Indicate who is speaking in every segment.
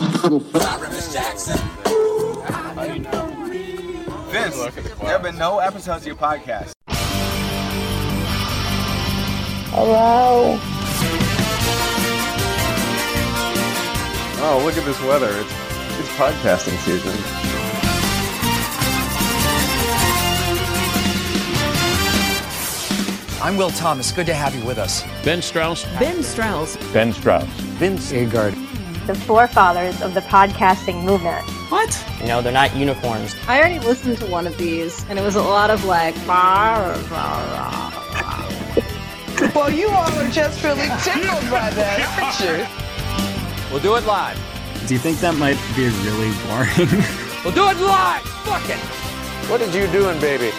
Speaker 1: Miss Jackson.
Speaker 2: Vince, there have been no episodes of your podcast.
Speaker 3: Hello.
Speaker 4: Oh, look at this weather. It's it's podcasting season.
Speaker 5: I'm Will Thomas. Good to have you with us.
Speaker 6: Ben Strauss.
Speaker 7: Ben Strauss.
Speaker 8: Ben Strauss.
Speaker 5: Vince Agard.
Speaker 9: The forefathers of the podcasting movement.
Speaker 7: What?
Speaker 10: You know, they're not unicorns.
Speaker 11: I already listened to one of these, and it was a lot of like.
Speaker 12: well, you all are just really tickled by that, aren't
Speaker 5: you? We'll do it live.
Speaker 13: Do you think that might be really boring?
Speaker 5: we'll do it live! Fuck it!
Speaker 4: What did you doing, baby?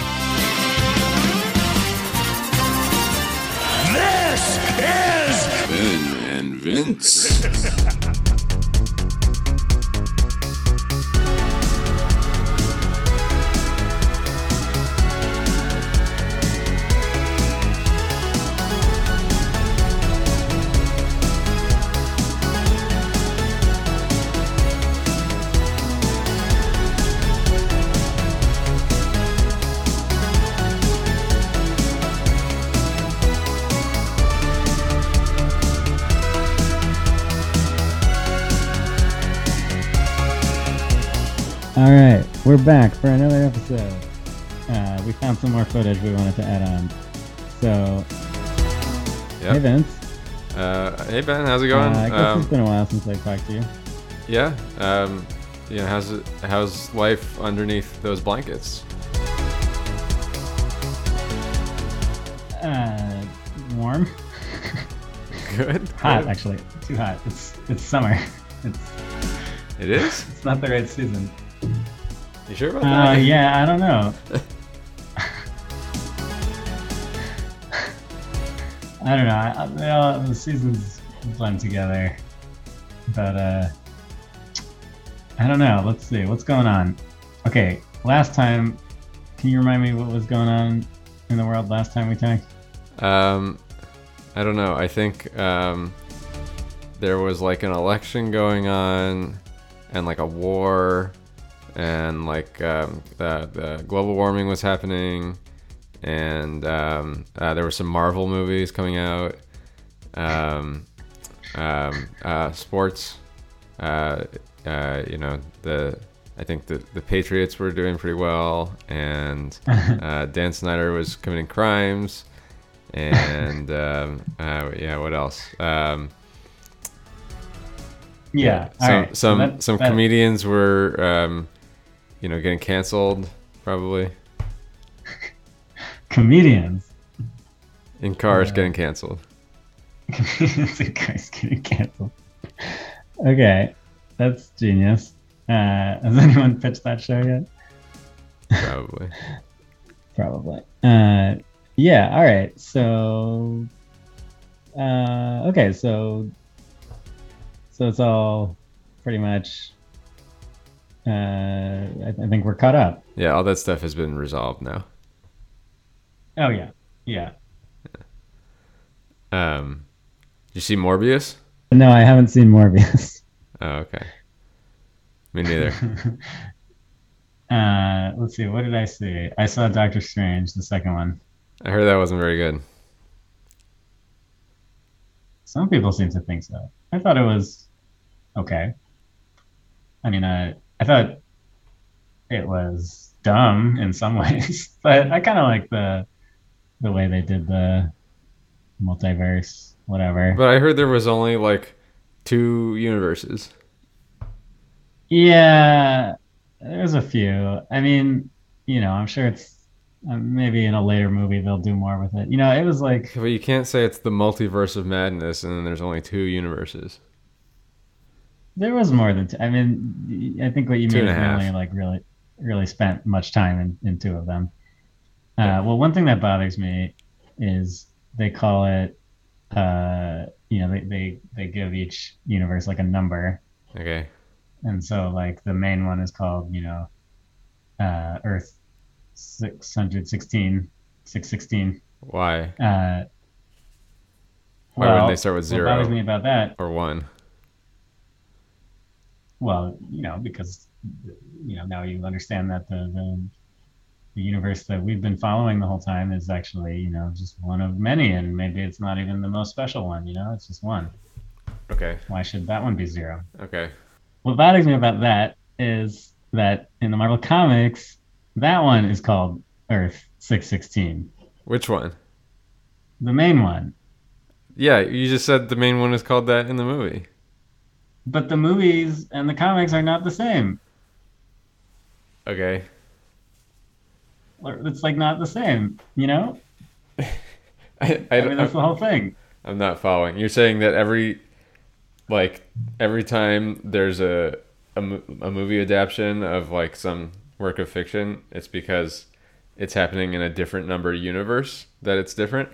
Speaker 1: This is Ben and Vince.
Speaker 13: All right, we're back for another episode. Uh, we found some more footage we wanted to add on. So,
Speaker 4: Yep.
Speaker 13: hey Vince,
Speaker 4: Uh, hey Ben, how's it going?
Speaker 13: Uh, I guess
Speaker 4: Um,
Speaker 13: it's been a while since I talked to you.
Speaker 4: yeah. Um, you know, how's it, how's life underneath those blankets?
Speaker 13: Uh, warm,
Speaker 4: Good.
Speaker 13: hot
Speaker 4: good.
Speaker 13: actually, too hot. It's it's summer. It's
Speaker 4: It is.
Speaker 13: it's not the right season.
Speaker 4: You sure about
Speaker 13: Uh,
Speaker 4: that?
Speaker 13: yeah, I don't know. I don't know. I, I, they all- the seasons blend together, but uh, I don't know. Let's see what's going on. Okay, last time, can you remind me what was going on in the world last time we talked?
Speaker 4: Um, I don't know. I think um, there was like an election going on, and like a war, and like um, uh, the global warming was happening, and um, uh, there were some Marvel movies coming out. Um, um, uh, sports, uh, uh, you know the. I think the, the Patriots were doing pretty well, and uh, Dan Snyder was committing crimes, and um, uh, yeah, what else? Um,
Speaker 13: Yeah. all
Speaker 4: some
Speaker 13: right, so
Speaker 4: some
Speaker 13: that-
Speaker 4: some
Speaker 13: that-
Speaker 4: comedians were, um, you know, getting canceled probably.
Speaker 13: comedians.
Speaker 4: In cars getting canceled.
Speaker 13: Comedians and guys getting canceled. Okay, that's genius. Uh, has anyone pitched that show yet?
Speaker 4: Probably.
Speaker 13: Probably. Uh, yeah. All right. So, uh, okay. So, so it's all pretty much. Uh, I, I think we're caught up.
Speaker 4: yeah, all that stuff has been resolved now.
Speaker 13: Oh yeah. Yeah.
Speaker 4: Um, you see Morbius?
Speaker 13: No, I haven't seen Morbius.
Speaker 4: Oh, okay. Me neither.
Speaker 13: Uh, let's see. What did I see? I saw Doctor Strange, the second one.
Speaker 4: I heard that wasn't very good.
Speaker 13: Some people seem to think so. I thought it was okay. I mean, I I thought it was dumb in some ways, but I kind of like the the way they did the multiverse, whatever.
Speaker 4: But I heard there was only like two universes.
Speaker 13: yeah, there's a few. I mean, you know, I'm sure it's uh, maybe in a later movie they'll do more with it. You know, it was like
Speaker 4: But you can't say it's the multiverse of madness and then there's only two universes.
Speaker 13: There was more than. T- I mean, y- I think what you
Speaker 4: Two
Speaker 13: mean
Speaker 4: and
Speaker 13: is
Speaker 4: a
Speaker 13: we
Speaker 4: half.
Speaker 13: only like really, really spent much time in, in two of them. Uh, Well, one thing that bothers me is they call it. Uh, you know, they, they they give each universe like a number,
Speaker 4: Okay.
Speaker 13: and so like the main one is called you know, uh, Earth, six hundred sixteen, six sixteen.
Speaker 4: Why?
Speaker 13: Uh,
Speaker 4: Why wouldn't they start with
Speaker 13: What bothers
Speaker 4: zero?
Speaker 13: me about that
Speaker 4: Or one.
Speaker 13: well, you know, because you know now you understand that the, the the universe that we've been following the whole time is actually you know just one of many, and maybe it's not even the most special one. You know, it's just one.
Speaker 4: Okay.
Speaker 13: Why should that one be zero?
Speaker 4: Okay.
Speaker 13: What bothers me about that is that in the Marvel comics, that one is called Earth six sixteen,
Speaker 4: Which one?
Speaker 13: the main one.
Speaker 4: Yeah, you just said the main one is called that in the movie.
Speaker 13: But the movies and the comics are not the same.
Speaker 4: Okay.
Speaker 13: It's like not the same. You know,
Speaker 4: I,
Speaker 13: I mean that's the whole thing.
Speaker 4: I'm not following. You're saying that every, like, every time there's a, a mo- a movie adaptation of like some work of fiction, it's because it's happening in a different number universe that it's different.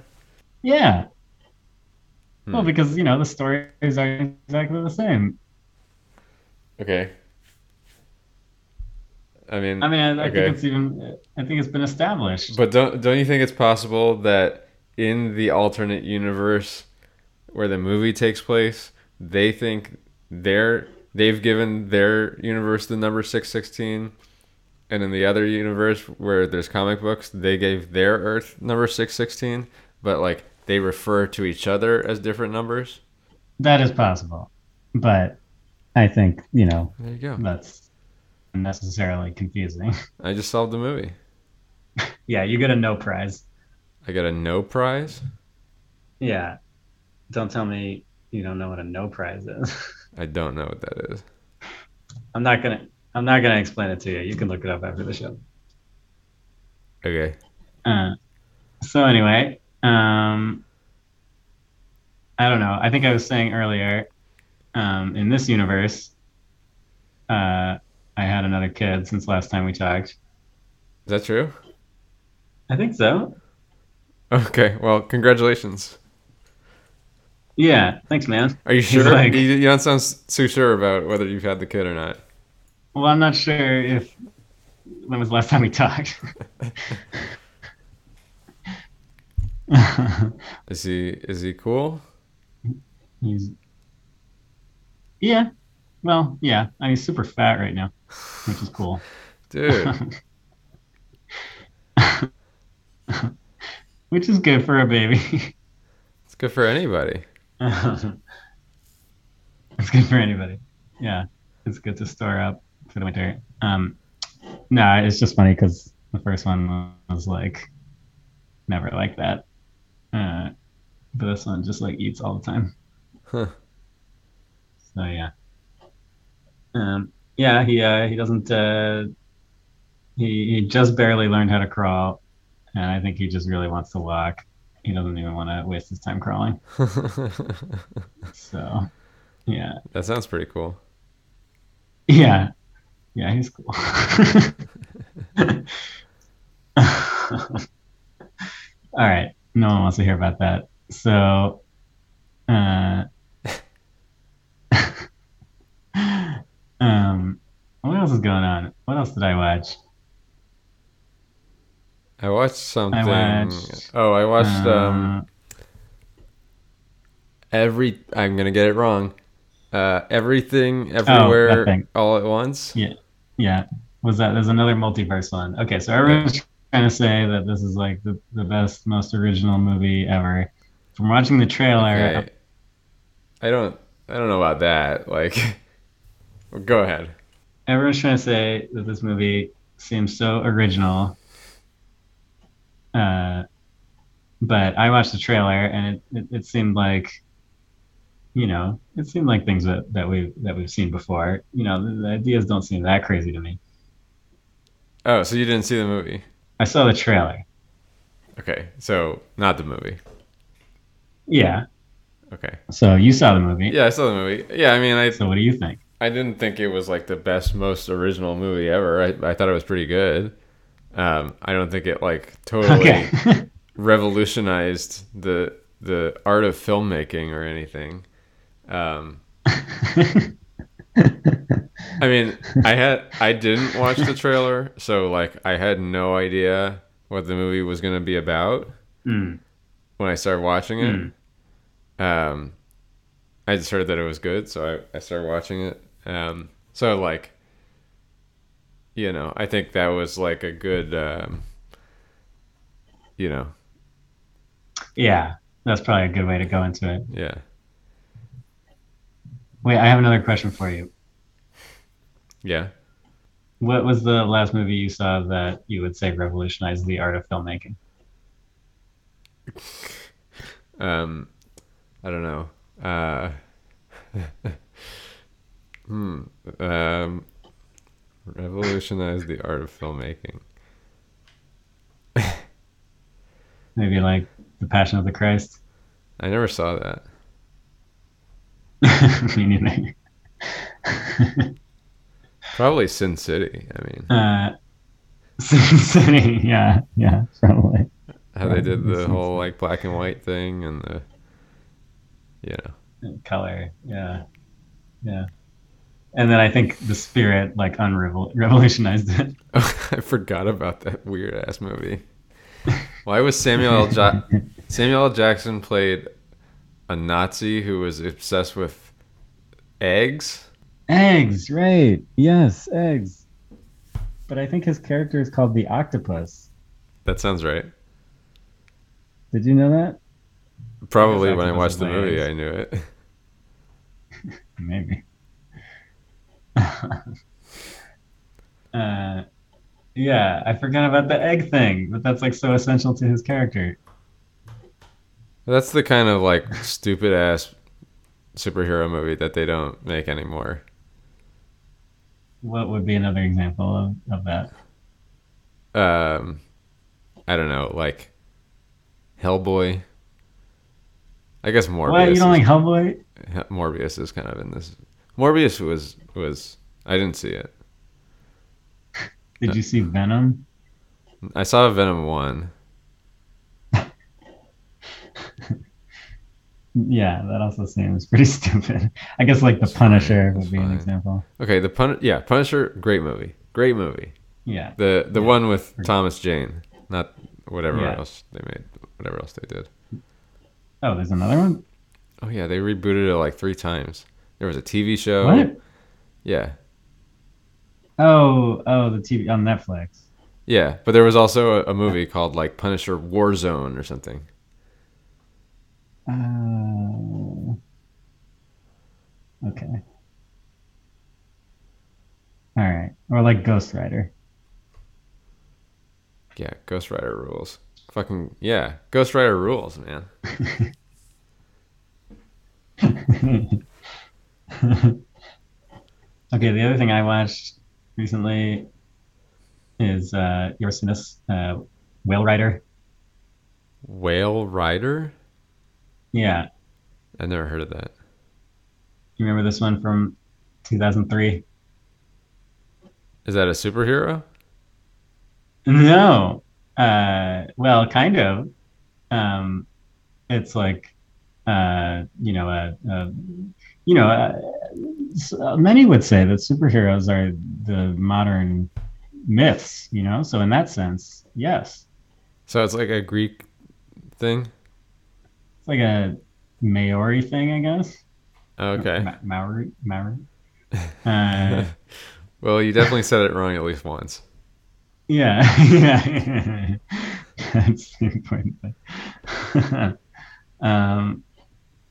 Speaker 13: Yeah. Well, because you know the stories are exactly the same.
Speaker 4: Okay. I mean,
Speaker 13: I mean, I, I
Speaker 4: okay.
Speaker 13: think it's even. I think it's been established.
Speaker 4: But don't don't you think it's possible that in the alternate universe where the movie takes place, they think they're they've given their universe the number six sixteen, and in the other universe where there's comic books, they gave their Earth number six sixteen, but like they refer to each other as different numbers.
Speaker 13: That is possible. But I think you know
Speaker 4: There you go.
Speaker 13: that's unnecessarily confusing.
Speaker 4: I just solved the movie.
Speaker 13: yeah, you get a no prize.
Speaker 4: I got a no prize.
Speaker 13: Yeah. Don't tell me you don't know what a no prize is.
Speaker 4: I don't know what that is.
Speaker 13: I'm not gonna. I'm not gonna explain it to you. You can look it up after the show.
Speaker 4: Okay.
Speaker 13: Uh, so anyway, um, I don't know. I think I was saying earlier, um, in this universe, uh, I had another kid since last time we talked.
Speaker 4: Is that true?
Speaker 13: I think so.
Speaker 4: Okay. Well, congratulations.
Speaker 13: Yeah. Thanks, man.
Speaker 4: Are you
Speaker 13: He's
Speaker 4: sure?
Speaker 13: like-
Speaker 4: you, you don't sound s- too sure about whether you've had the kid or not.
Speaker 13: Well, I'm not sure if when was the last time we talked.
Speaker 4: Is he is he cool?
Speaker 13: He's yeah. Well, yeah. I mean, he's super fat right now, which is cool.
Speaker 4: Dude,
Speaker 13: which is good for a baby.
Speaker 4: it's good for anybody.
Speaker 13: it's good for anybody. Yeah, it's good to store up for the winter. Um, no, it's just funny because the first one was like never like that, uh, but this one just like eats all the time.
Speaker 4: Huh.
Speaker 13: So yeah, um, yeah, he uh, he doesn't. Uh, he, he just barely learned how to crawl, and I think he just really wants to walk. He doesn't even want to waste his time crawling. So, yeah,
Speaker 4: that sounds pretty cool.
Speaker 13: yeah, yeah, he's cool. All right, no one wants to hear about that. So, uh, um, what else is going on? What else did I watch?
Speaker 4: I watched something.
Speaker 13: watched,
Speaker 4: oh, I watched um,
Speaker 13: Uh,
Speaker 4: every. I'm gonna get it wrong. Uh, everything, everywhere,
Speaker 13: thing.
Speaker 4: all at once.
Speaker 13: Oh, Yeah. Was that there's another multiverse one? Okay, so everyone's trying to say that this is like the, the best, most original movie ever. From watching the trailer,
Speaker 4: Okay. I don't. I don't know about that. Like, go ahead.
Speaker 13: everyone's trying to say that this movie seems so original. Uh, but I watched the trailer and it, it, it seemed like, you know, it seemed like things that, that we've that we've seen before. You know, the, the ideas don't seem that crazy to me.
Speaker 4: Oh, so you didn't see the movie?
Speaker 13: I saw the trailer.
Speaker 4: Okay, so not the movie.
Speaker 13: Yeah.
Speaker 4: Okay.
Speaker 13: So you saw the movie.
Speaker 4: Yeah, I saw the movie. Yeah, I mean, I
Speaker 13: So what do you think?
Speaker 4: I didn't think it was like the best, most original movie ever. I, I thought it was pretty good. Um, I don't think it like totally
Speaker 13: Okay.
Speaker 4: revolutionized the the art of filmmaking or anything. Um, I mean, I had I didn't watch the trailer, so like I had no idea what the movie was going to be about
Speaker 13: Mm.
Speaker 4: when I started watching it. Um, I just heard that it was good, so I, I started watching it. Um, So like, you know, I think that was like a good, um, you know,
Speaker 13: Yeah, that's probably a good way to go into it.
Speaker 4: yeah.
Speaker 13: Wait, I have another question for you.
Speaker 4: Yeah.
Speaker 13: What was the last movie you saw that you would say revolutionized the art of filmmaking?
Speaker 4: Um, I don't know. Uh, hmm. Um, revolutionized the art of filmmaking.
Speaker 13: Maybe like The Passion of the Christ?
Speaker 4: I never saw that.
Speaker 13: Me neither.
Speaker 4: Probably Sin City. I mean,
Speaker 13: Uh, Sin City, yeah, yeah, probably.
Speaker 4: how they did
Speaker 13: Sin
Speaker 4: the whole like black and white thing and the, you know,
Speaker 13: Color, yeah, yeah. And then I think the spirit like unrevolutionized revolutionized it.
Speaker 4: I forgot about that weird ass movie. Why was Samuel L. Ja- Samuel L. Jackson played a Nazi who was obsessed with eggs?
Speaker 13: Eggs, right? Yes, eggs. But I think his character is called the Octopus.
Speaker 4: That sounds right.
Speaker 13: Did you know that?
Speaker 4: Probably when I
Speaker 13: Octopus
Speaker 4: watched
Speaker 13: is
Speaker 4: the
Speaker 13: my
Speaker 4: movie,
Speaker 13: eggs.
Speaker 4: I knew it.
Speaker 13: Maybe. uh, yeah, I forgot about the egg thing, but that's like so essential to his character.
Speaker 4: That's the kind of like stupid ass superhero movie that they don't make anymore.
Speaker 13: What would be another example of, of that?
Speaker 4: Um, I don't know, like Hellboy. I guess Morbius.
Speaker 13: What? You
Speaker 4: is-
Speaker 13: don't like Hellboy?
Speaker 4: Morbius is kind of in this. Morbius was was I didn't see it.
Speaker 13: Did you see Venom?
Speaker 4: I saw Venom one.
Speaker 13: Yeah, that also seems pretty stupid. I guess like The Punisher would be an
Speaker 4: fine.
Speaker 13: example.
Speaker 4: Okay, the pun yeah Punisher great movie great movie
Speaker 13: Yeah.
Speaker 4: the the one with Thomas Jane not whatever
Speaker 13: Yeah.
Speaker 4: else they made whatever else they did.
Speaker 13: Oh, there's another one?
Speaker 4: Oh yeah, they rebooted it like three times. There was a TV show.
Speaker 13: What?
Speaker 4: Yeah,
Speaker 13: Oh, oh, the TV on Netflix.
Speaker 4: yeah, but there was also a, a movie called like Punisher Warzone or something.
Speaker 13: Oh. Okay. All right. Or like Ghost Rider.
Speaker 4: Yeah, Ghost Rider rules. Fucking yeah, Ghost Rider rules, man.
Speaker 13: Okay, the other thing I watched recently is uh you ever seen this uh Whale Rider?
Speaker 4: Whale Rider.
Speaker 13: Yeah.
Speaker 4: I never heard of that.
Speaker 13: You remember this one from 2003?
Speaker 4: Is that a superhero?
Speaker 13: No. Uh, well, kind of. Um, it's like, uh, you know, uh, uh, you know, uh, s- uh, many would say that superheroes are the modern myths, you know? So in that sense, yes.
Speaker 4: So it's like a Greek thing.
Speaker 13: It's like a Maori thing, I guess.
Speaker 4: Okay.
Speaker 13: Ma- Maori, Maori. Uh,
Speaker 4: Well, you definitely said it wrong at least once.
Speaker 13: Yeah, yeah, that's the important thing. um,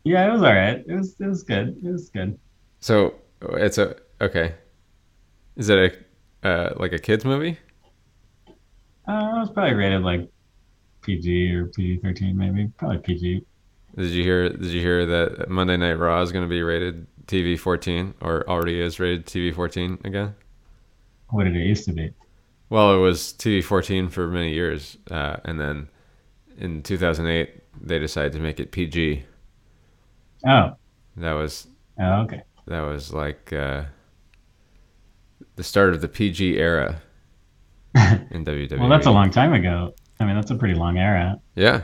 Speaker 13: yeah, it was all right. It was, it was good. It was good.
Speaker 4: So it's a okay. Is it a uh, like a kids movie?
Speaker 13: Uh, it was probably rated like PG or PG thirteen, maybe. Probably PG.
Speaker 4: Did you hear? Did you hear that Monday Night Raw is going to be rated TV fourteen, or already is rated TV fourteen again?
Speaker 13: What did it used to be?
Speaker 4: Well, it was TV fourteen for many years, uh, and then in two thousand eight they decided to make it PG.
Speaker 13: Oh,
Speaker 4: That was
Speaker 13: oh, okay.
Speaker 4: that was like uh, the start of the PG era in E. WWE.
Speaker 13: Well, that's a long time ago. I mean, that's a pretty long era.
Speaker 4: Yeah,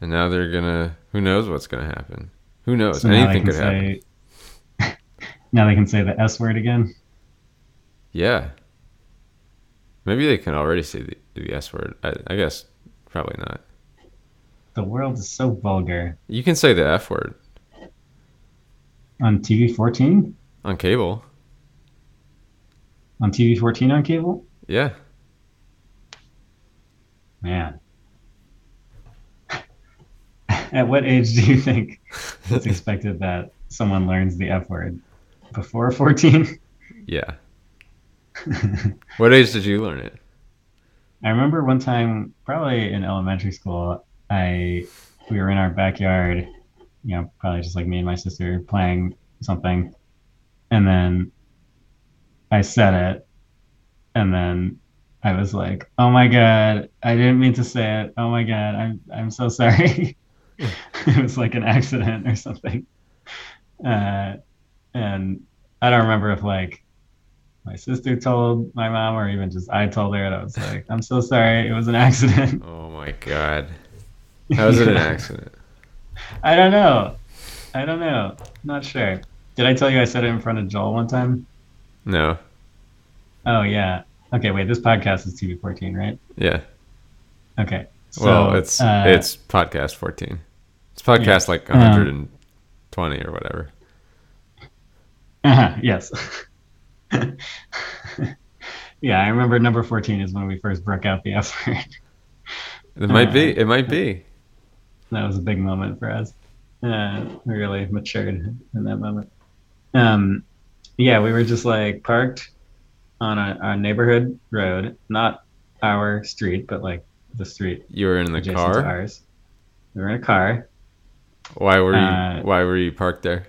Speaker 4: and now they're gonna. Who knows what's gonna happen? Who knows?
Speaker 13: So now they
Speaker 4: Oh, Anything
Speaker 13: can
Speaker 4: could happen.
Speaker 13: say. Now they can say the S word again.
Speaker 4: Yeah. Maybe they can already say the, the S word. I, I guess probably not.
Speaker 13: The world is so vulgar.
Speaker 4: You can say the F word
Speaker 13: On TV fourteen?
Speaker 4: on cable.
Speaker 13: on TV 14 on cable?
Speaker 4: Yeah.
Speaker 13: Man. At what age do you think it's expected that someone learns the F word? Before 14?
Speaker 4: Yeah. what age did you learn it?
Speaker 13: I remember one time, probably in elementary school, I we were in our backyard, you know, probably just like me and my sister playing something, and then I said it, and then I was like, "Oh my god, I didn't mean to say it. Oh my god, I'm I'm so sorry." it was like an accident or something, uh, and I don't remember if like my sister told my mom or even just I told her and I was like, I'm so sorry, it was an accident.
Speaker 4: Oh my god. How is it an accident?
Speaker 13: I don't know. I don't know. Not sure. Did I tell you I said it in front of Joel one time?
Speaker 4: No.
Speaker 13: Oh yeah. Okay, wait, this podcast is TV fourteen, right?
Speaker 4: Yeah.
Speaker 13: Okay. So,
Speaker 4: well, it's
Speaker 13: uh,
Speaker 4: it's podcast 14. It's podcast like
Speaker 13: Um,
Speaker 4: 120 or whatever.
Speaker 13: uh-huh, yes. yeah, I remember number fourteen is when we first broke out the F word.
Speaker 4: It might be. It might be.
Speaker 13: that was a big moment for us. Uh, we really matured in that moment. Um, yeah, we were just like parked on a, our neighborhood road, not our street, but like the street
Speaker 4: You were in the
Speaker 13: adjacent to
Speaker 4: car.
Speaker 13: ours. We were in a car.
Speaker 4: Why were you
Speaker 13: Uh,
Speaker 4: why were you parked there?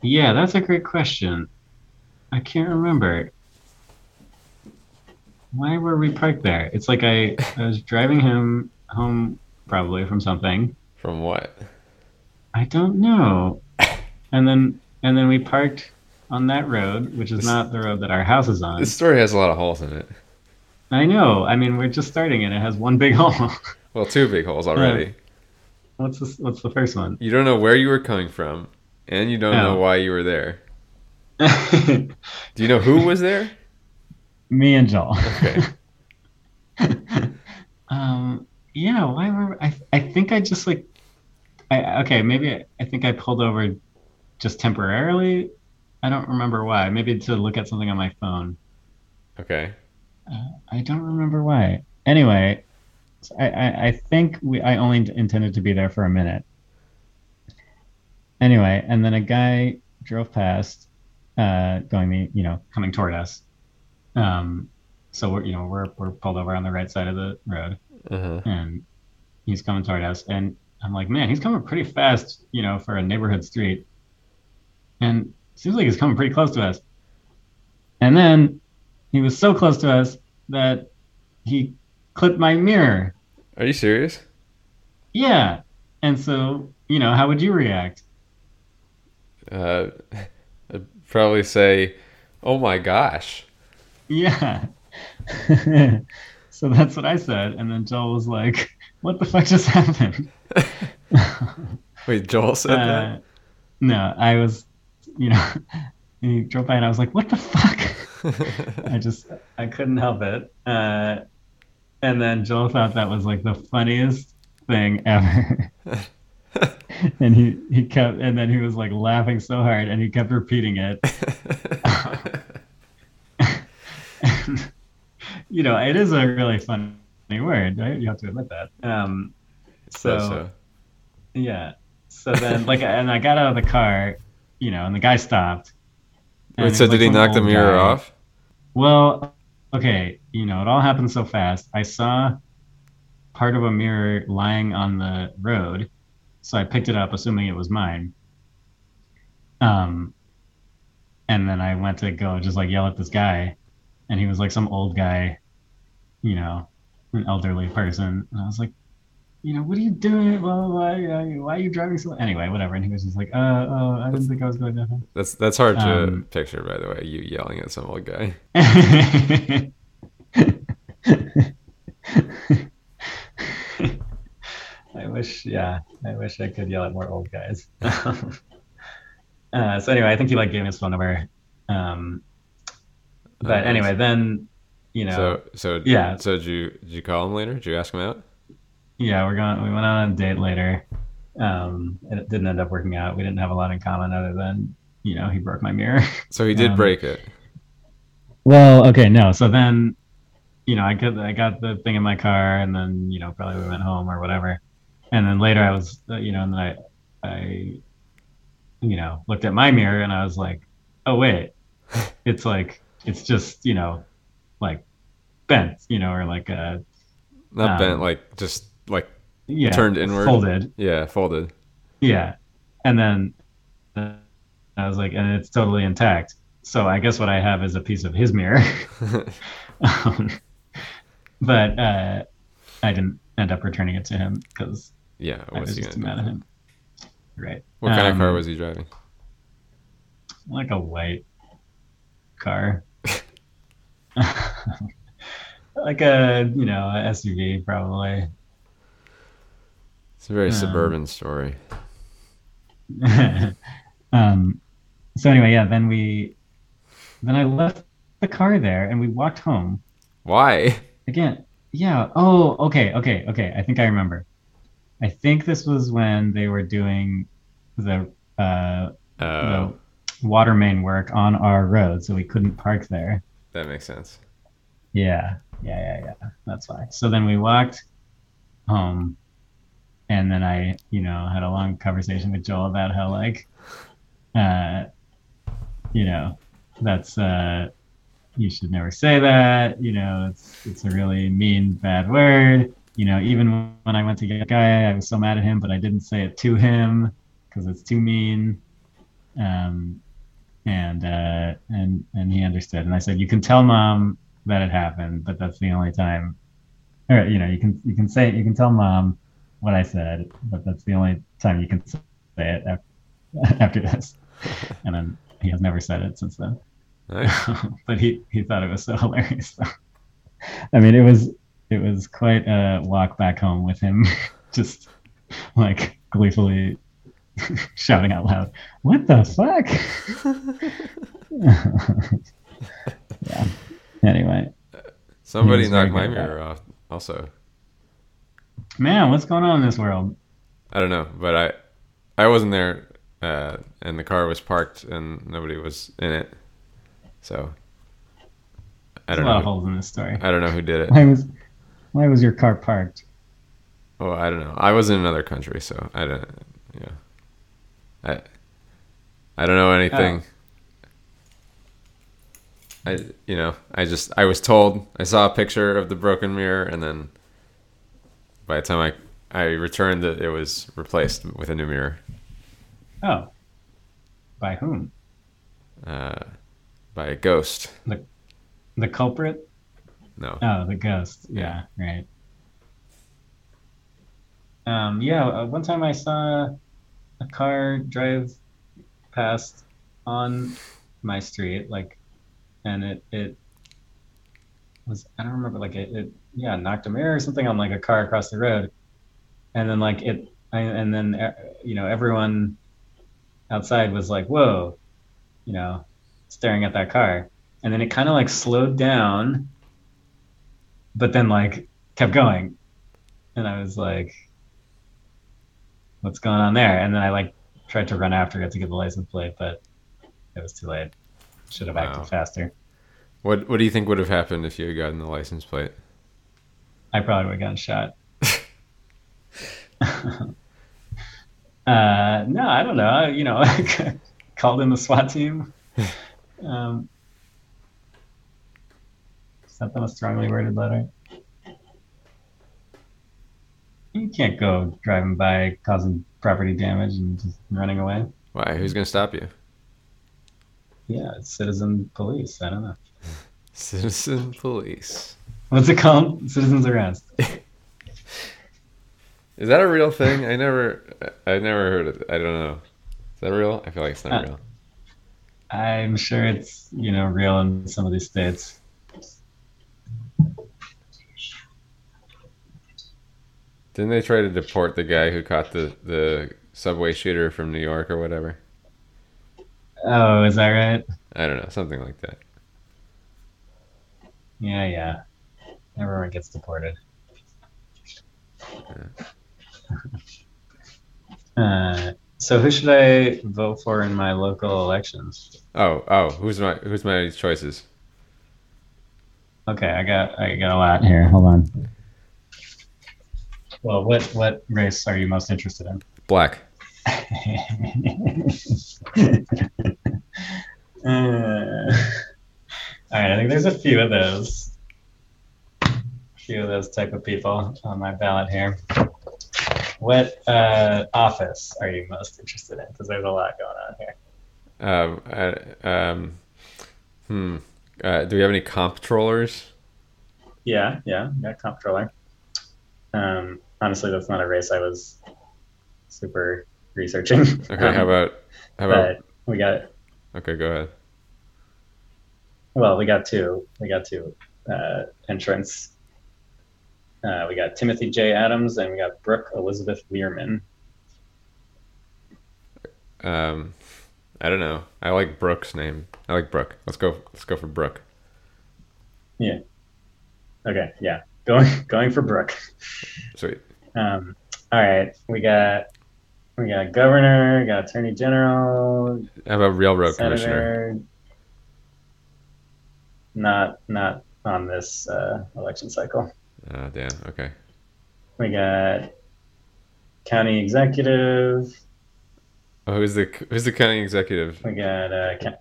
Speaker 13: Yeah, that's a great question. I can't remember. Why were we parked there? It's like I, I was driving him home probably from something.
Speaker 4: From what?
Speaker 13: I don't know. And then and then we parked on that road, which is
Speaker 4: This-
Speaker 13: not the road that our house is on.
Speaker 4: This story has a lot of holes in it.
Speaker 13: I know. I mean, we're just starting it. It has one big hole.
Speaker 4: Well, two big holes already.
Speaker 13: what's this, what's the first one?
Speaker 4: You don't know where you were coming from and you don't know
Speaker 13: No.
Speaker 4: why you were there. Do you know who was there?
Speaker 13: Me and Joel.
Speaker 4: Okay.
Speaker 13: um. Yeah. Why were I? I think I just like. I okay. Maybe I, I think I pulled over, just temporarily. I don't remember why. Maybe to look at something on my phone.
Speaker 4: Okay.
Speaker 13: I don't remember why. Anyway, so I, I, I think we I only intended to be there for a minute. Anyway, and then a guy drove past, uh, going the you know coming toward us. Um, so we're you know we're we're pulled over on the right side of the road,
Speaker 4: Uh-huh.
Speaker 13: and he's coming toward us, and I'm like, man, he's coming pretty fast, you know, for a neighborhood street, and seems like he's coming pretty close to us. And then he was so close to us that he clipped my mirror.
Speaker 4: Are you serious?
Speaker 13: Yeah. And so, you know, how would you react?
Speaker 4: Uh, I'd probably say, "Oh my gosh."
Speaker 13: Yeah. so that's what I said. And then Joel was like, what the fuck just happened?
Speaker 4: Wait, Joel said
Speaker 13: Uh, no, I was, you know, he drove by and I was like, what the fuck?
Speaker 4: that.
Speaker 13: I just, I couldn't help it. Uh, and then Joel thought that was like the funniest thing ever. and he, he kept, and then he was like laughing so hard and he kept repeating it. you know, it is a really funny word, right? You have to admit that. Um, so,
Speaker 4: so.
Speaker 13: yeah. So then, like, and I got out of the car, you know, and the guy stopped. And
Speaker 4: Wait,
Speaker 13: it
Speaker 4: so
Speaker 13: was,
Speaker 4: did
Speaker 13: like,
Speaker 4: he
Speaker 13: some
Speaker 4: knock the
Speaker 13: old
Speaker 4: mirror
Speaker 13: guy.
Speaker 4: off?
Speaker 13: Well, okay, you know, it all happened so fast. I saw part of a mirror lying on the road, so I picked it up, assuming it was mine. Um, and then I went to go just like yell at this guy, and he was like some old guy, you know, an elderly person. And I was like, you know, what are you doing? Blah blah blah. you know, Why are you driving so? Anyway, whatever. And he was just like, uh, uh, I didn't think I was going to.
Speaker 4: That's that's hard to
Speaker 13: Um,
Speaker 4: picture, by the way. You yelling at some old guy.
Speaker 13: um, I wish, yeah, I wish I could yell at more old guys. uh, so anyway, I think he like gave me his phone number. Um,
Speaker 4: Uh,
Speaker 13: but anyway, then you know,
Speaker 4: So so
Speaker 13: Yeah.
Speaker 4: So did you did you call him later? Did you ask him out?
Speaker 13: yeah, we're going. We went on a date later. Um, and it didn't end up working out. We didn't have a lot in common other than you know he broke my mirror.
Speaker 4: So he did
Speaker 13: Um,
Speaker 4: break it.
Speaker 13: Well, okay, no. So then, you know, I got I got the thing in my car, and then you know probably we went home or whatever, and then later I was uh, you know, and then I I you know looked at my mirror and I was like, oh wait, it's like it's just you know like bent, you know, or like uh
Speaker 4: Not
Speaker 13: Um,
Speaker 4: bent, like just like
Speaker 13: yeah
Speaker 4: turned inward.
Speaker 13: folded
Speaker 4: Yeah, folded.
Speaker 13: yeah, and then uh, I was like, and it's totally intact. So I guess what I have is a piece of his mirror. um, but uh, I didn't end up returning it to him because
Speaker 4: Yeah,
Speaker 13: I
Speaker 4: what's
Speaker 13: was
Speaker 4: he
Speaker 13: just
Speaker 4: gonna
Speaker 13: mad
Speaker 4: do?
Speaker 13: at him. Right.
Speaker 4: What kind of
Speaker 13: Um,
Speaker 4: car was he driving?
Speaker 13: Like a white car. like a you know a SUV probably.
Speaker 4: It's a very suburban story.
Speaker 13: um, so anyway, yeah. Then we then I left the car there and we walked home.
Speaker 4: Why?
Speaker 13: Again, yeah. Oh, okay, okay, okay. I think I remember. I think this was when they were doing the uh,
Speaker 4: Oh,
Speaker 13: the water main work on our road, so we couldn't park there.
Speaker 4: that makes sense.
Speaker 13: Yeah, yeah, yeah, yeah. That's why. So then we walked home, and then I, you know, had a long conversation with Joel about how, like, uh, you know, that's uh, you should never say that. You know, it's it's a really mean, bad word. You know, even when I went to get a guy, I was so mad at him, but I didn't say it to him because it's too mean. Um, and uh, and and he understood. And I said, "You can tell mom that it happened, but that's the only time." Or you know, you can you can say you can tell mom what I said, but that's the only time you can say it after, after this. And then he has never said it since then.
Speaker 4: Nice.
Speaker 13: but he he thought it was so hilarious. I mean, it was it was quite a walk back home with him, just like gleefully shouting out loud, "What the fuck!" yeah. Anyway,
Speaker 4: Somebody
Speaker 13: was very
Speaker 4: knocked my
Speaker 13: good at that.
Speaker 4: mirror off. Also,
Speaker 13: man, what's going on in this world?
Speaker 4: I don't know, but I, I wasn't there, uh, and the car was parked and nobody was in it, so I
Speaker 13: There's a
Speaker 4: don't
Speaker 13: lot of
Speaker 4: know.
Speaker 13: holes in this story.
Speaker 4: I don't know who did it.
Speaker 13: Why was why was your car parked?
Speaker 4: Oh, I don't know. I was in another country, so I don't. Yeah, I, I don't know anything. I, you know, I just I was told I saw a picture of the broken mirror, and then by the time I I returned it, it was replaced with a new mirror
Speaker 13: Oh, by whom?
Speaker 4: uh, by a ghost.
Speaker 13: The culprit?
Speaker 4: No,
Speaker 13: Oh, the ghost. Yeah, right. Um, yeah, uh, one time I saw a car drive past on my street, like, and it it was I don't remember, like it, it yeah knocked a mirror or something on like a car across the road, and then like it I, and then uh, you know everyone outside was like whoa, you know, staring at that car, and then it kind of like slowed down but then like kept going and i was like what's going on there and then i like tried to run after it to get the license plate but it was too late should have acted
Speaker 4: Wow.
Speaker 13: faster
Speaker 4: what what do you think would have happened if you had gotten the license plate?
Speaker 13: i probably would have gotten shot uh no i don't know I, you know called in the swat team um sent them a strongly worded letter You can't go driving by causing property damage and just running away.
Speaker 4: Why? Who's gonna stop you?
Speaker 13: Yeah, it's citizen police. I don't know.
Speaker 4: Citizen police.
Speaker 13: What's it called? Citizens arrest.
Speaker 4: Is that a real thing? I never, I I never heard of. I don't know. Is that real? I feel like it's not
Speaker 13: Uh,
Speaker 4: real.
Speaker 13: I'm sure it's, you know, real in some of these states.
Speaker 4: Didn't they try to deport the guy who caught the the subway shooter from New York or whatever?
Speaker 13: Oh, is that right?
Speaker 4: I don't know, something like that.
Speaker 13: Yeah, yeah. Everyone gets deported. Uh, so who should I vote for in my local elections?
Speaker 4: Oh, oh, who's my who's my choices?
Speaker 13: Okay, I got I got a lot here. Hold on. Well, what what race are you most interested in?
Speaker 4: Black.
Speaker 13: Uh, all right, I think there's a few of those, a few of those type of people on my ballot here. What uh, office are you most interested in? Because there's a lot going on here.
Speaker 4: Um, I, um, hmm. Uh, do we have any comptrollers?
Speaker 13: Yeah, yeah, yeah, comptroller. Um, honestly, that's not a race I was super researching.
Speaker 4: Okay.
Speaker 13: Um,
Speaker 4: How about? How about?
Speaker 13: But we got
Speaker 4: Okay. Go ahead.
Speaker 13: well, we got two. We got two uh, entrants. Uh, we got Timothy J. Adams and we got Brooke Elizabeth Learman.
Speaker 4: Um, I don't know. I like Brooke's name. I like Brooke. Let's go. Let's go for Brooke.
Speaker 13: Yeah. Okay. Yeah. Going going for Brooke.
Speaker 4: Sweet.
Speaker 13: Um, all right. We got we got governor. We got attorney general.
Speaker 4: How about railroad commissioner?
Speaker 13: Senator. Not not on this uh, election cycle.
Speaker 4: Oh, damn. Okay.
Speaker 13: We got county executive.
Speaker 4: Oh, who's the who's the county executive?
Speaker 13: We got uh, ca-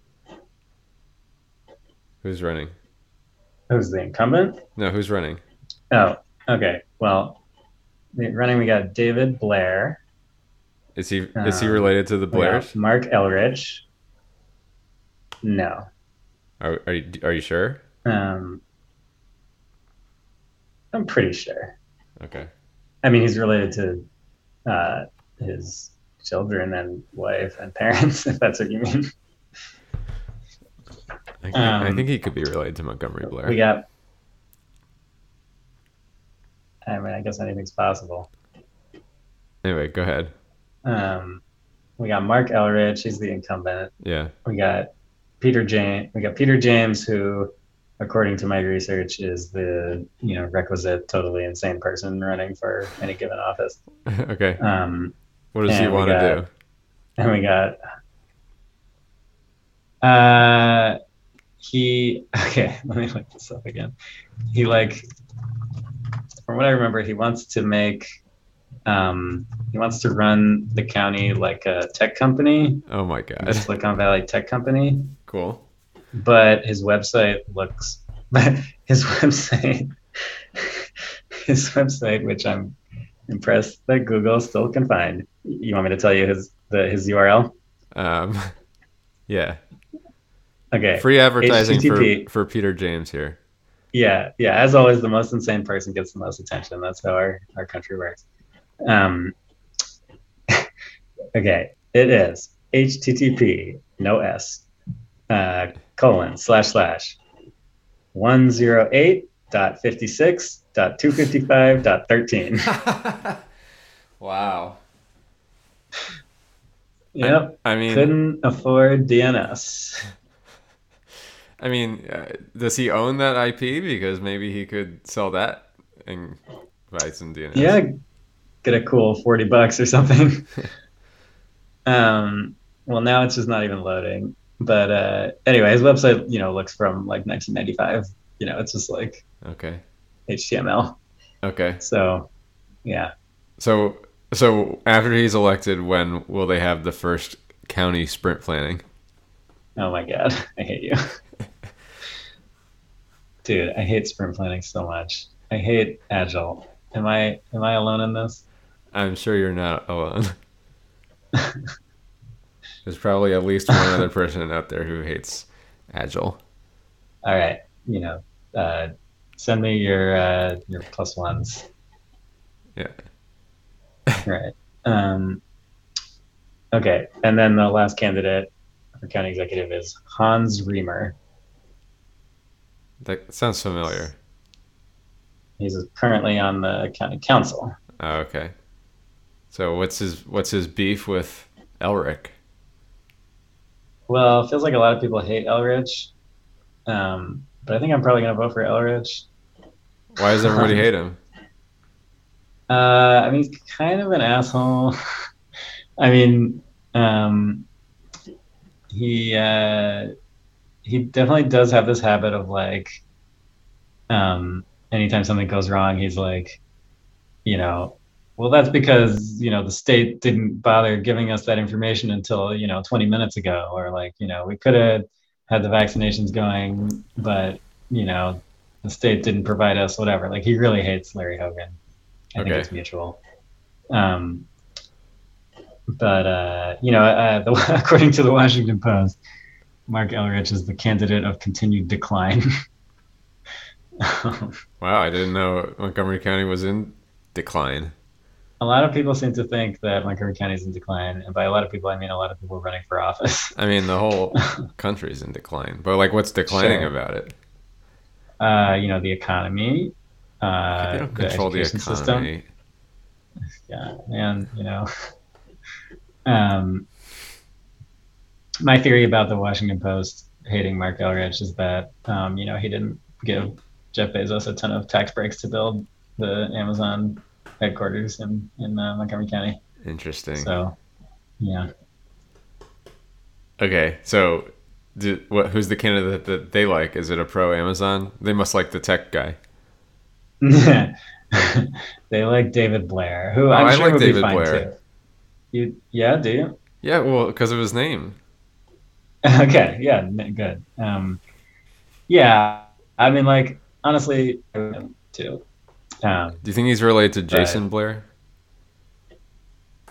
Speaker 4: Who's running?
Speaker 13: who's the incumbent?
Speaker 4: No, who's running?
Speaker 13: Oh, okay. Well, the- running we got David Blair.
Speaker 4: Is he is he
Speaker 13: Um,
Speaker 4: related to the
Speaker 13: We got
Speaker 4: Blairs?
Speaker 13: Mark Elrich. No.
Speaker 4: Are, are you are you sure?
Speaker 13: Um, I'm pretty sure.
Speaker 4: Okay.
Speaker 13: I mean, he's related to uh, his children and wife and parents, if that's what you mean.
Speaker 4: I think, I
Speaker 13: Um,
Speaker 4: think he could be related to Montgomery Blair.
Speaker 13: We got. I mean, I guess anything's possible.
Speaker 4: anyway, go ahead.
Speaker 13: Um, we got Mark Elrich. He's the incumbent.
Speaker 4: Yeah.
Speaker 13: we got Peter James. We got Peter James, who, according to my research, is the you know requisite totally insane person running for any given office.
Speaker 4: okay.
Speaker 13: Um,
Speaker 4: What does he
Speaker 13: and we
Speaker 4: want to
Speaker 13: got- and we got uh, he. Okay, let me look this up again. He like, from what I remember, he wants to make. Um, he wants to run the county like a tech company,
Speaker 4: do? Oh my god.
Speaker 13: just Silicon Valley tech company.
Speaker 4: Cool.
Speaker 13: but his website looks his website his website which i'm impressed that google still can find you want me to tell you his the his url
Speaker 4: Um, yeah.
Speaker 13: okay
Speaker 4: Free advertising for,
Speaker 13: HTTP.
Speaker 4: for Peter James here.
Speaker 13: yeah yeah as always the most insane person gets the most attention that's how our, our country works um okay it is http no s uh, colon slash slash 108.56.255.13
Speaker 4: Wow.
Speaker 13: yep
Speaker 4: I mean,
Speaker 13: couldn't afford dns
Speaker 4: I mean, uh, does he own that IP? Because maybe he could sell that and buy some DNS.
Speaker 13: yeah get a cool 40 bucks or something um well now it's just not even loading but uh anyway his website you know looks from like 1995 you know it's just like
Speaker 4: Okay.
Speaker 13: html
Speaker 4: Okay.
Speaker 13: so yeah
Speaker 4: So so after he's elected, when will they have the first county sprint planning?
Speaker 13: oh my god i hate you dude i hate sprint planning so much i hate agile am i am i alone in this
Speaker 4: I'm sure you're not alone. There's probably at least one other person out there who hates Agile.
Speaker 13: all right you know uh send me your uh your plus ones
Speaker 4: Yeah.
Speaker 13: Right. Um, okay. And then the last candidate for county executive is Hans Reamer.
Speaker 4: That sounds familiar.
Speaker 13: He's currently on the county council.
Speaker 4: Oh, okay. So what's his what's his beef with Elric?
Speaker 13: Well, it feels like a lot of people hate Elridge, um, but I think I'm probably going to vote for Elridge.
Speaker 4: Why does everybody hate him?
Speaker 13: Uh, I mean, he's kind of an asshole. I mean, um, he uh, he definitely does have this habit of like um, anytime something goes wrong, he's like, you know, well, that's because you know the state didn't bother giving us that information until you know 20 minutes ago, or like you know we could have had the vaccinations going, but you know the state didn't provide us whatever. Like he really hates Larry Hogan. I
Speaker 4: Okay.
Speaker 13: think it's mutual. Um, but uh, you know, uh, the, according to the Washington Post, Mark Elrich is the candidate of continued decline. Um,
Speaker 4: Wow, I didn't know Montgomery County was in decline.
Speaker 13: A lot of people seem to think that Montgomery County is in decline, and by a lot of people, I mean a lot of people running for office.
Speaker 4: I mean, the whole country's in decline. But like, what's declining
Speaker 13: Sure.
Speaker 4: about it?
Speaker 13: Uh, you know, the economy, uh,
Speaker 4: They don't control the,
Speaker 13: education system,
Speaker 4: economy.
Speaker 13: yeah, and you know, um, my theory about the Washington Post hating Mark Elrich is that um, you know he didn't give Jeff Bezos a ton of tax breaks to build the Amazon headquarters in in uh, Montgomery County.
Speaker 4: Interesting.
Speaker 13: So, yeah.
Speaker 4: Okay, so do, what, who's the candidate that they like? Is it a pro Amazon? They must like the tech guy.
Speaker 13: they like David Blair, who I'm
Speaker 4: Oh, I
Speaker 13: sure
Speaker 4: like
Speaker 13: would
Speaker 4: David
Speaker 13: be fine
Speaker 4: Blair.
Speaker 13: too. You, yeah, do you?
Speaker 4: Yeah, well, because of his name.
Speaker 13: okay, yeah, n- good. Um, yeah, I mean, like honestly, I would too. Um,
Speaker 4: Do you think he's related to Jason Blair?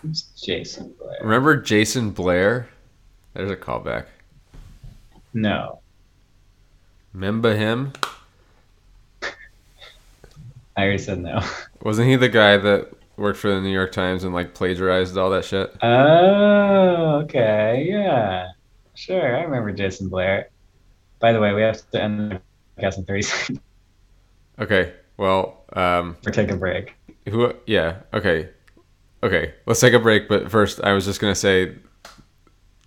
Speaker 13: who's Jason Blair.
Speaker 4: Remember Jason Blair? There's a callback.
Speaker 13: No,
Speaker 4: Remember him?
Speaker 13: I already said no.
Speaker 4: Wasn't he the guy that worked for the New York Times and like plagiarized all that shit?
Speaker 13: Oh, okay, yeah, sure. I remember Jason Blair. By the way, we have to end the podcast in thirty seconds
Speaker 4: Okay, well, um,
Speaker 13: or take a break.
Speaker 4: Who? Yeah. Okay. Okay. Let's take a break. But first, I was just gonna say,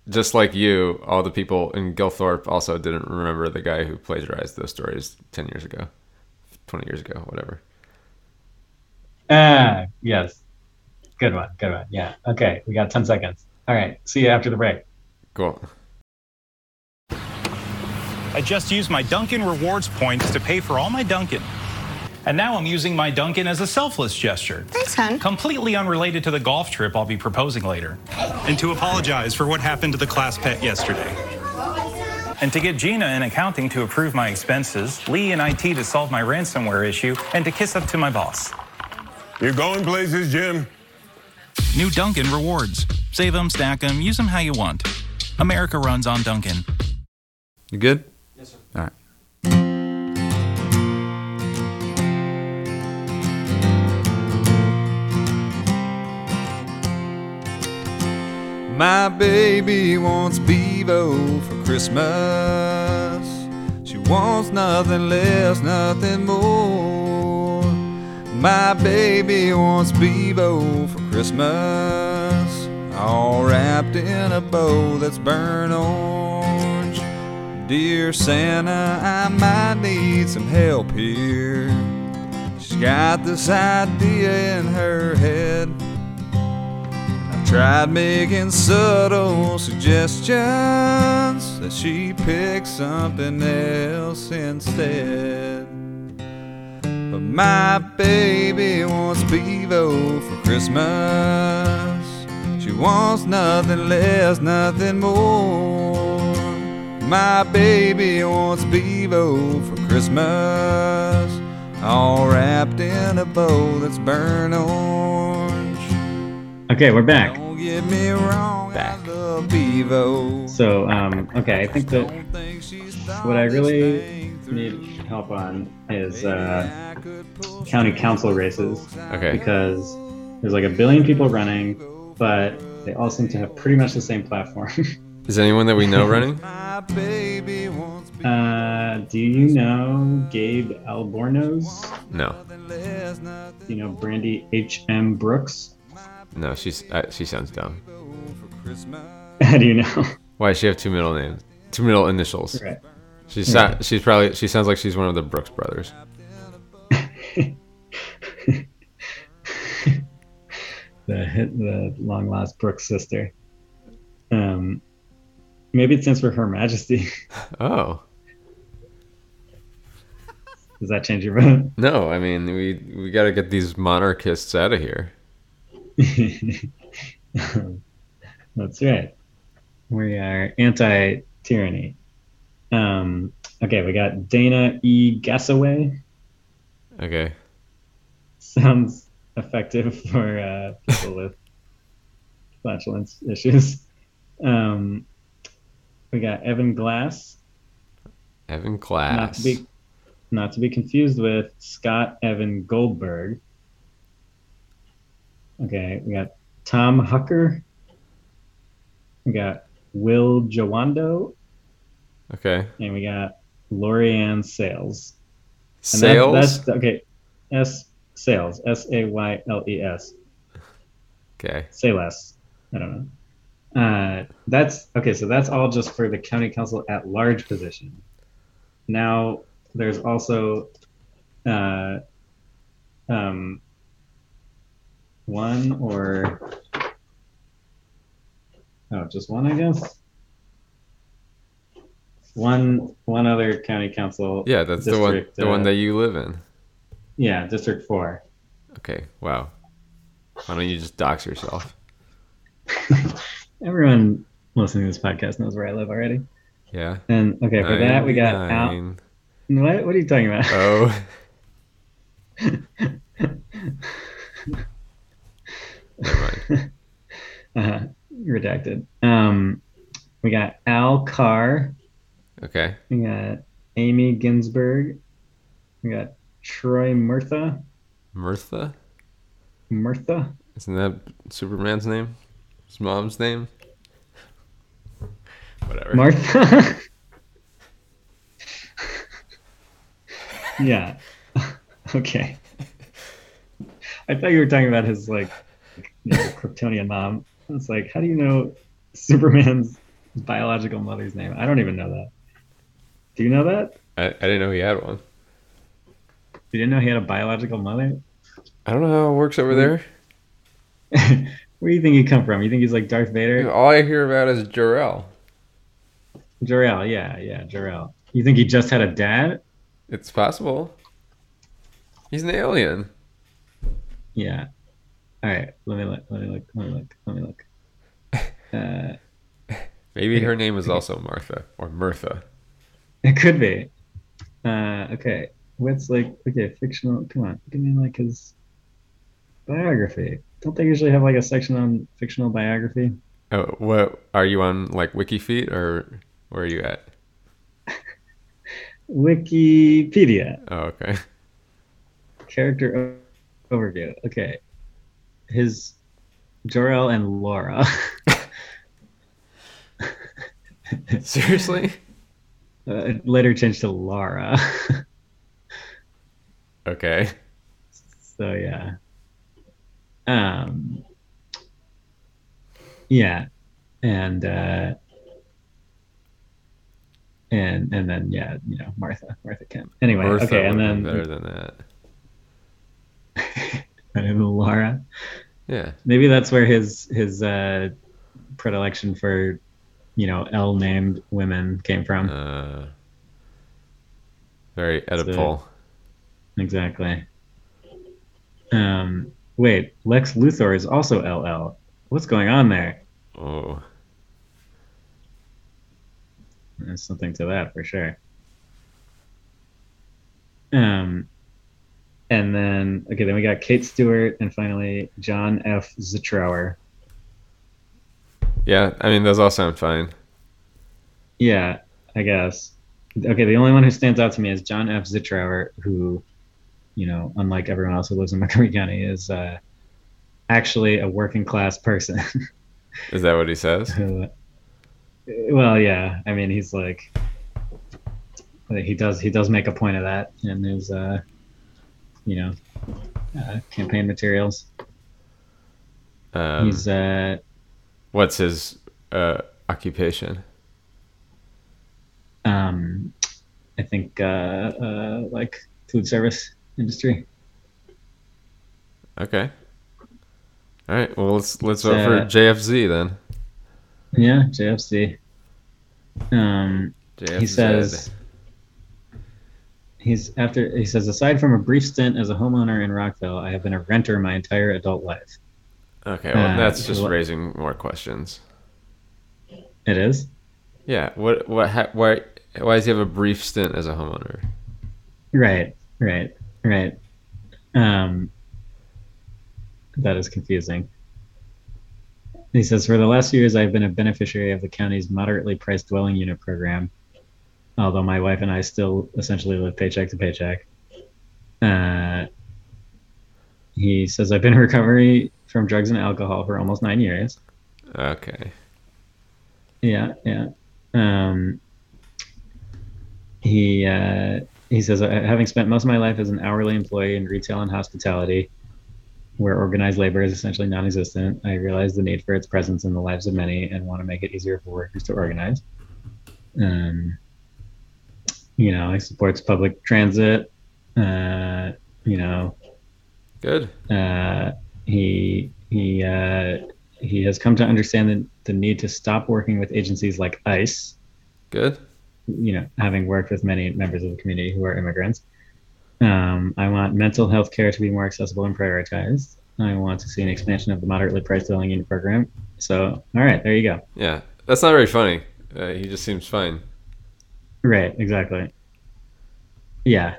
Speaker 4: just like you, all the people in Gilthorpe also didn't remember the guy who plagiarized those stories ten years ago, twenty years ago, whatever.
Speaker 13: Ah, yes. Good one. Good one. Yeah. Okay. We got 10 seconds. All right. See you after the break.
Speaker 4: Cool.
Speaker 6: I just used my Dunkin' Rewards points to pay for all my Dunkin'. And now I'm using my Dunkin' as a selfless gesture.
Speaker 7: Thanks, hon.
Speaker 6: Completely unrelated to the golf trip I'll be proposing later. And to apologize for what happened to the class pet yesterday. And to get Gina in accounting to approve my expenses, Lee in IT to solve my ransomware issue, and to kiss up to my boss.
Speaker 8: You're going places, Jim.
Speaker 6: New Dunkin' Rewards. Save 'em, stack 'em, use 'em how you want. America runs on Dunkin'.
Speaker 10: You good? Yes, sir. All right.
Speaker 14: My baby wants Bevo for Christmas. She wants nothing less, nothing more. My baby wants Bevo for Christmas. All wrapped in a bow that's burnt orange. Dear Santa, I might need some help here. She's got this idea in her head. I've tried making subtle suggestions that she picks something else instead. But my baby wants Bevo for Christmas. She wants nothing less, nothing more. My baby wants Bevo for Christmas. All wrapped in a bow that's burnt orange.
Speaker 13: Okay. We're back.
Speaker 14: Don't get me wrong, I love Bevo.
Speaker 13: So, um, okay. I think that what I really need help on is uh, county council races.
Speaker 4: Okay.
Speaker 13: Because there's like a billion people running, but they all seem to have pretty much the same platform.
Speaker 4: Is anyone that we know running?
Speaker 13: uh, do you know Gabe Albornoz?
Speaker 4: No.
Speaker 13: Do you know Brandy H.M. Brooks?
Speaker 4: No. She's uh, she sounds dumb.
Speaker 13: How do you know?
Speaker 4: Why does she have two middle names? Two middle initials.
Speaker 13: Right.
Speaker 4: She sa- she's probably she sounds like she's one of the Brooks brothers.
Speaker 13: the the long lost Brooks sister. Um, maybe it stands for Her Majesty.
Speaker 4: Oh.
Speaker 13: Does that change your vote?
Speaker 4: No, I mean we we got to get these monarchists out of here.
Speaker 13: That's right. We are anti tyranny. Um, okay, we got Dana E. Gassaway.
Speaker 4: Okay.
Speaker 13: Sounds effective for uh, people with flatulence issues. Um, we got Evan Glass.
Speaker 4: Evan Glass.
Speaker 13: Not to be, not to be confused with Scott Evan Goldberg. Okay, we got Tom Hucker. We got Will Jawando,
Speaker 4: Okay.
Speaker 13: and we got Lorianne Sales. And that-
Speaker 4: Sales.
Speaker 13: that's okay. S Sales. S A Y L E S.
Speaker 4: okay.
Speaker 13: Say less. I don't know. Uh, that's okay. So that's all just for the county council at large position. Now there's also uh, um, one or oh, just one, I guess. One one other county council.
Speaker 4: Yeah, that's the one.
Speaker 13: district,
Speaker 4: The one
Speaker 13: uh,
Speaker 4: that you live in.
Speaker 13: Yeah, District Four.
Speaker 4: Okay. Wow. Why don't you just dox yourself?
Speaker 13: Everyone listening to this podcast knows where I live already.
Speaker 4: Yeah.
Speaker 13: And okay, for that we got Al.
Speaker 4: 99.
Speaker 13: What, what are you talking about?
Speaker 4: Oh.
Speaker 13: uh, redacted. Um, we got Al Carr.
Speaker 4: Okay.
Speaker 13: We got Amy Ginsburg. We got Troy Murtha.
Speaker 4: Mirtha.
Speaker 13: Murtha.
Speaker 4: Isn't that Superman's name? His mom's name? Whatever.
Speaker 13: Martha. yeah. okay. I thought you were talking about his like you know, Kryptonian mom. It's like, how do you know Superman's biological mother's name? I don't even know that. Do you know that?
Speaker 4: I, I didn't know he had one.
Speaker 13: You didn't know he had a biological mother?
Speaker 4: I don't know how it works over there.
Speaker 13: Where do you think he come from? You think he's like Darth Vader?
Speaker 4: All I hear about is Jor-El.
Speaker 13: Jor-El, yeah, yeah, Jor-El. You think he just had a dad?
Speaker 4: It's possible. He's an alien.
Speaker 13: Yeah. All right. Let me look. Let me look. Let me look. Let me look. Uh,
Speaker 4: Maybe her name is also Martha or Mirtha.
Speaker 13: it could be. Uh, okay. What's like? Okay, fictional. Come on, give me like his biography. Don't they usually have like a section on fictional biography?
Speaker 4: Oh, what are you on like WikiFeet or where are you at?
Speaker 13: Wikipedia
Speaker 4: Oh, okay.
Speaker 13: character o- overview. Okay. His Jor-El and Laura.
Speaker 4: Seriously?
Speaker 13: uh, it later changed to Lara.
Speaker 4: Okay.
Speaker 13: So yeah. Um yeah. And uh and and then yeah, you know, Martha, Martha Kent. Anyway,
Speaker 4: Mirtha
Speaker 13: okay, and
Speaker 4: would've been
Speaker 13: then
Speaker 4: better than that.
Speaker 13: and then Laura.
Speaker 4: Yeah.
Speaker 13: Maybe that's where his his uh predilection for you know, L named women came from.
Speaker 4: Uh, very Oedipal.
Speaker 13: Exactly. Um wait, Lex Luthor is also LL. What's going on there?
Speaker 4: Oh.
Speaker 13: There's something to that for sure. Um, and then okay, then we got Kate Stewart, and finally John F. Zitrower.
Speaker 4: Yeah, I mean those all sound fine.
Speaker 13: Yeah, I guess. Okay, the only one who stands out to me is John F. Zitrower, who, you know, unlike everyone else who lives in Montgomery County, is uh, actually a working class person.
Speaker 4: Is that what he says?
Speaker 13: who- well, yeah, I mean, he's like, he does he does make a point of that in his, uh, you know, uh, campaign materials.
Speaker 4: Um,
Speaker 13: he's uh,
Speaker 4: What's his uh, occupation?
Speaker 13: um, I think uh, uh, like food service industry.
Speaker 4: Okay. All right. Well, let's let's
Speaker 13: It's,
Speaker 4: vote for
Speaker 13: uh,
Speaker 4: JFZ then.
Speaker 13: Yeah, JFC. Um,
Speaker 4: JFZ.
Speaker 13: he says he's after he says aside from a brief stint as a homeowner in Rockville, I have been a renter my entire adult life.
Speaker 4: Okay, well,
Speaker 13: Uh,
Speaker 4: that's just
Speaker 13: what-
Speaker 4: raising more questions.
Speaker 13: It is.
Speaker 4: Yeah. What? What? Ha, why? Why does he have a brief stint as a homeowner?
Speaker 13: Right, right, right. Um, that is confusing. He says, for the last few years, I've been a beneficiary of the county's moderately priced dwelling unit program, although my wife and I still essentially live paycheck to paycheck. Uh, he says, I've been in recovery from drugs and alcohol for almost nine years.
Speaker 4: Okay.
Speaker 13: Yeah, yeah. Um, he uh, he says, "Uh, having spent most of my life as an hourly employee in retail and hospitality, where organized labor is essentially non-existent, I realize the need for its presence in the lives of many and want to make it easier for workers to organize. Um, you know, he supports public transit. Uh, you know,
Speaker 4: Good.
Speaker 13: uh, he he uh, he has come to understand the, the need to stop working with agencies like ICE.
Speaker 4: Good.
Speaker 13: You know, having worked with many members of the community who are immigrants, um, I want mental health care to be more accessible and prioritized. I want to see an expansion of the moderately priced dwelling unit program. So, all right, there you go.
Speaker 4: Yeah. That's not very funny. Uh, he just seems fine.
Speaker 13: Right, exactly. Yeah.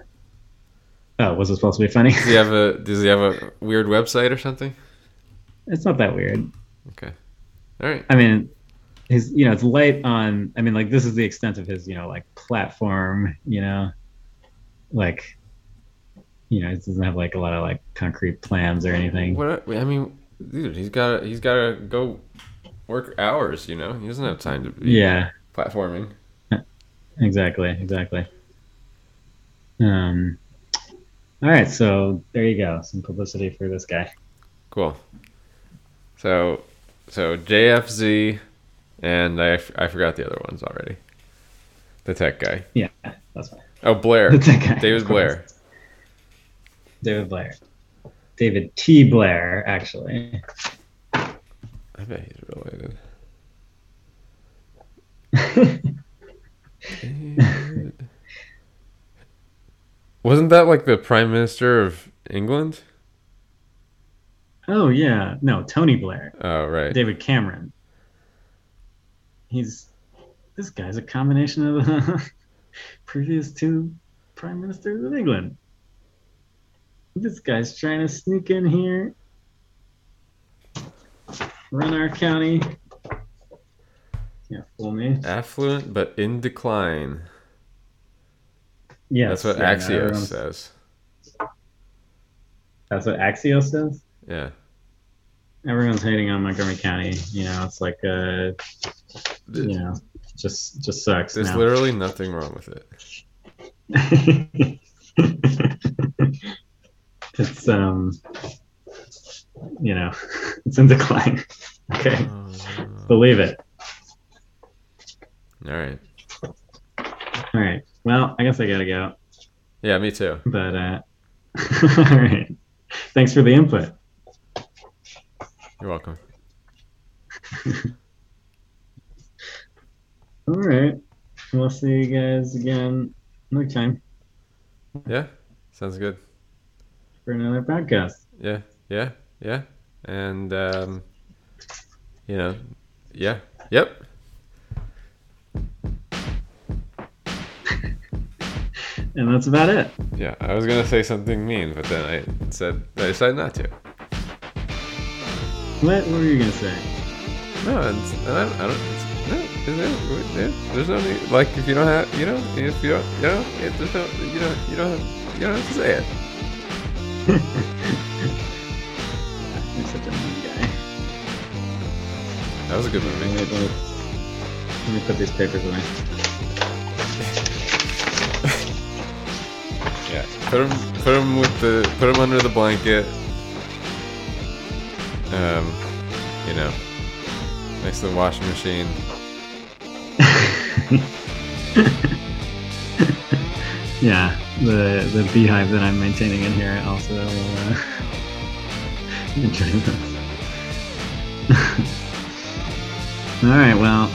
Speaker 13: Oh, was it supposed to be funny?
Speaker 4: Does he have a? Does he have a weird website or something?
Speaker 13: it's not that weird.
Speaker 4: Okay. All right.
Speaker 13: I mean, his you know it's light on. I mean, like this is the extent of his you know like platform. You know, like you know, it doesn't have like a lot of like concrete plans or anything.
Speaker 4: What? I mean, dude, he's got. He's got to go work hours. You know, he doesn't have time to be
Speaker 13: Yeah.
Speaker 4: platforming.
Speaker 13: Exactly. Exactly. Um. All right, so there you go. Some publicity for this guy.
Speaker 4: Cool. So, so JFZ, and I, f- I forgot the other ones already. The tech guy.
Speaker 13: Yeah, that's fine.
Speaker 4: Oh, Blair.
Speaker 13: The tech guy,
Speaker 4: David
Speaker 13: of course.
Speaker 4: Blair.
Speaker 13: David Blair. David T. Blair, actually.
Speaker 4: I bet he's related. David- Wasn't that like the prime minister of England?
Speaker 13: Oh yeah, no, Tony Blair.
Speaker 4: Oh right.
Speaker 13: David Cameron. He's this guy's a combination of the previous two prime ministers of England. This guy's trying to sneak in here, run our county. Can't fool me.
Speaker 4: Affluent but in decline.
Speaker 13: Yes,
Speaker 4: That's what
Speaker 13: yeah,
Speaker 4: Axios
Speaker 13: everyone's-
Speaker 4: says.
Speaker 13: That's what Axios says.
Speaker 4: Yeah.
Speaker 13: Everyone's hating on Montgomery County. You know, it's like uh, you know, just just sucks.
Speaker 4: There's
Speaker 13: now.
Speaker 4: literally nothing wrong with it.
Speaker 13: it's um you know it's in decline okay believe it
Speaker 4: All right.
Speaker 13: all right well i guess i gotta go
Speaker 4: Yeah, me too.
Speaker 13: but uh all right thanks for the input
Speaker 4: You're welcome.
Speaker 13: all right we'll see you guys again another time
Speaker 4: Yeah. Sounds good.
Speaker 13: for another podcast
Speaker 4: Yeah, yeah, yeah. And um, you know, yeah, yep.
Speaker 13: and that's about it
Speaker 4: Yeah, I was gonna say something mean, but then I said I decided not to.
Speaker 13: what were you gonna say
Speaker 4: No, and, and I, don't- I don't. It's, no, is there, there- there's no need. Like if you don't have, you know, if you don't, you know, if there's no, you don't, you don't, have, you don't have to say it.
Speaker 13: you're such a mean guy
Speaker 4: That was a good movie.
Speaker 13: Wait, wait. let me put these papers away
Speaker 4: Yeah. Put him, put him with the, put him under the blanket. Um, you know, next to the washing machine.
Speaker 13: yeah, the the beehive that I'm maintaining in here also will uh, enjoy this. All right, well,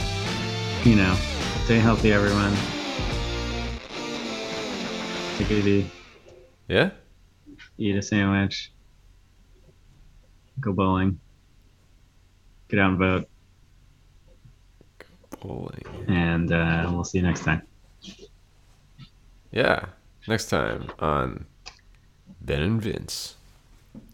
Speaker 13: you know, stay healthy, everyone. a goodie.
Speaker 4: Yeah?
Speaker 13: Eat a sandwich. Go bowling. Get out and vote.
Speaker 4: Go bowling.
Speaker 13: And uh, we'll see you next time.
Speaker 4: Yeah. Next time on Ben and Vince.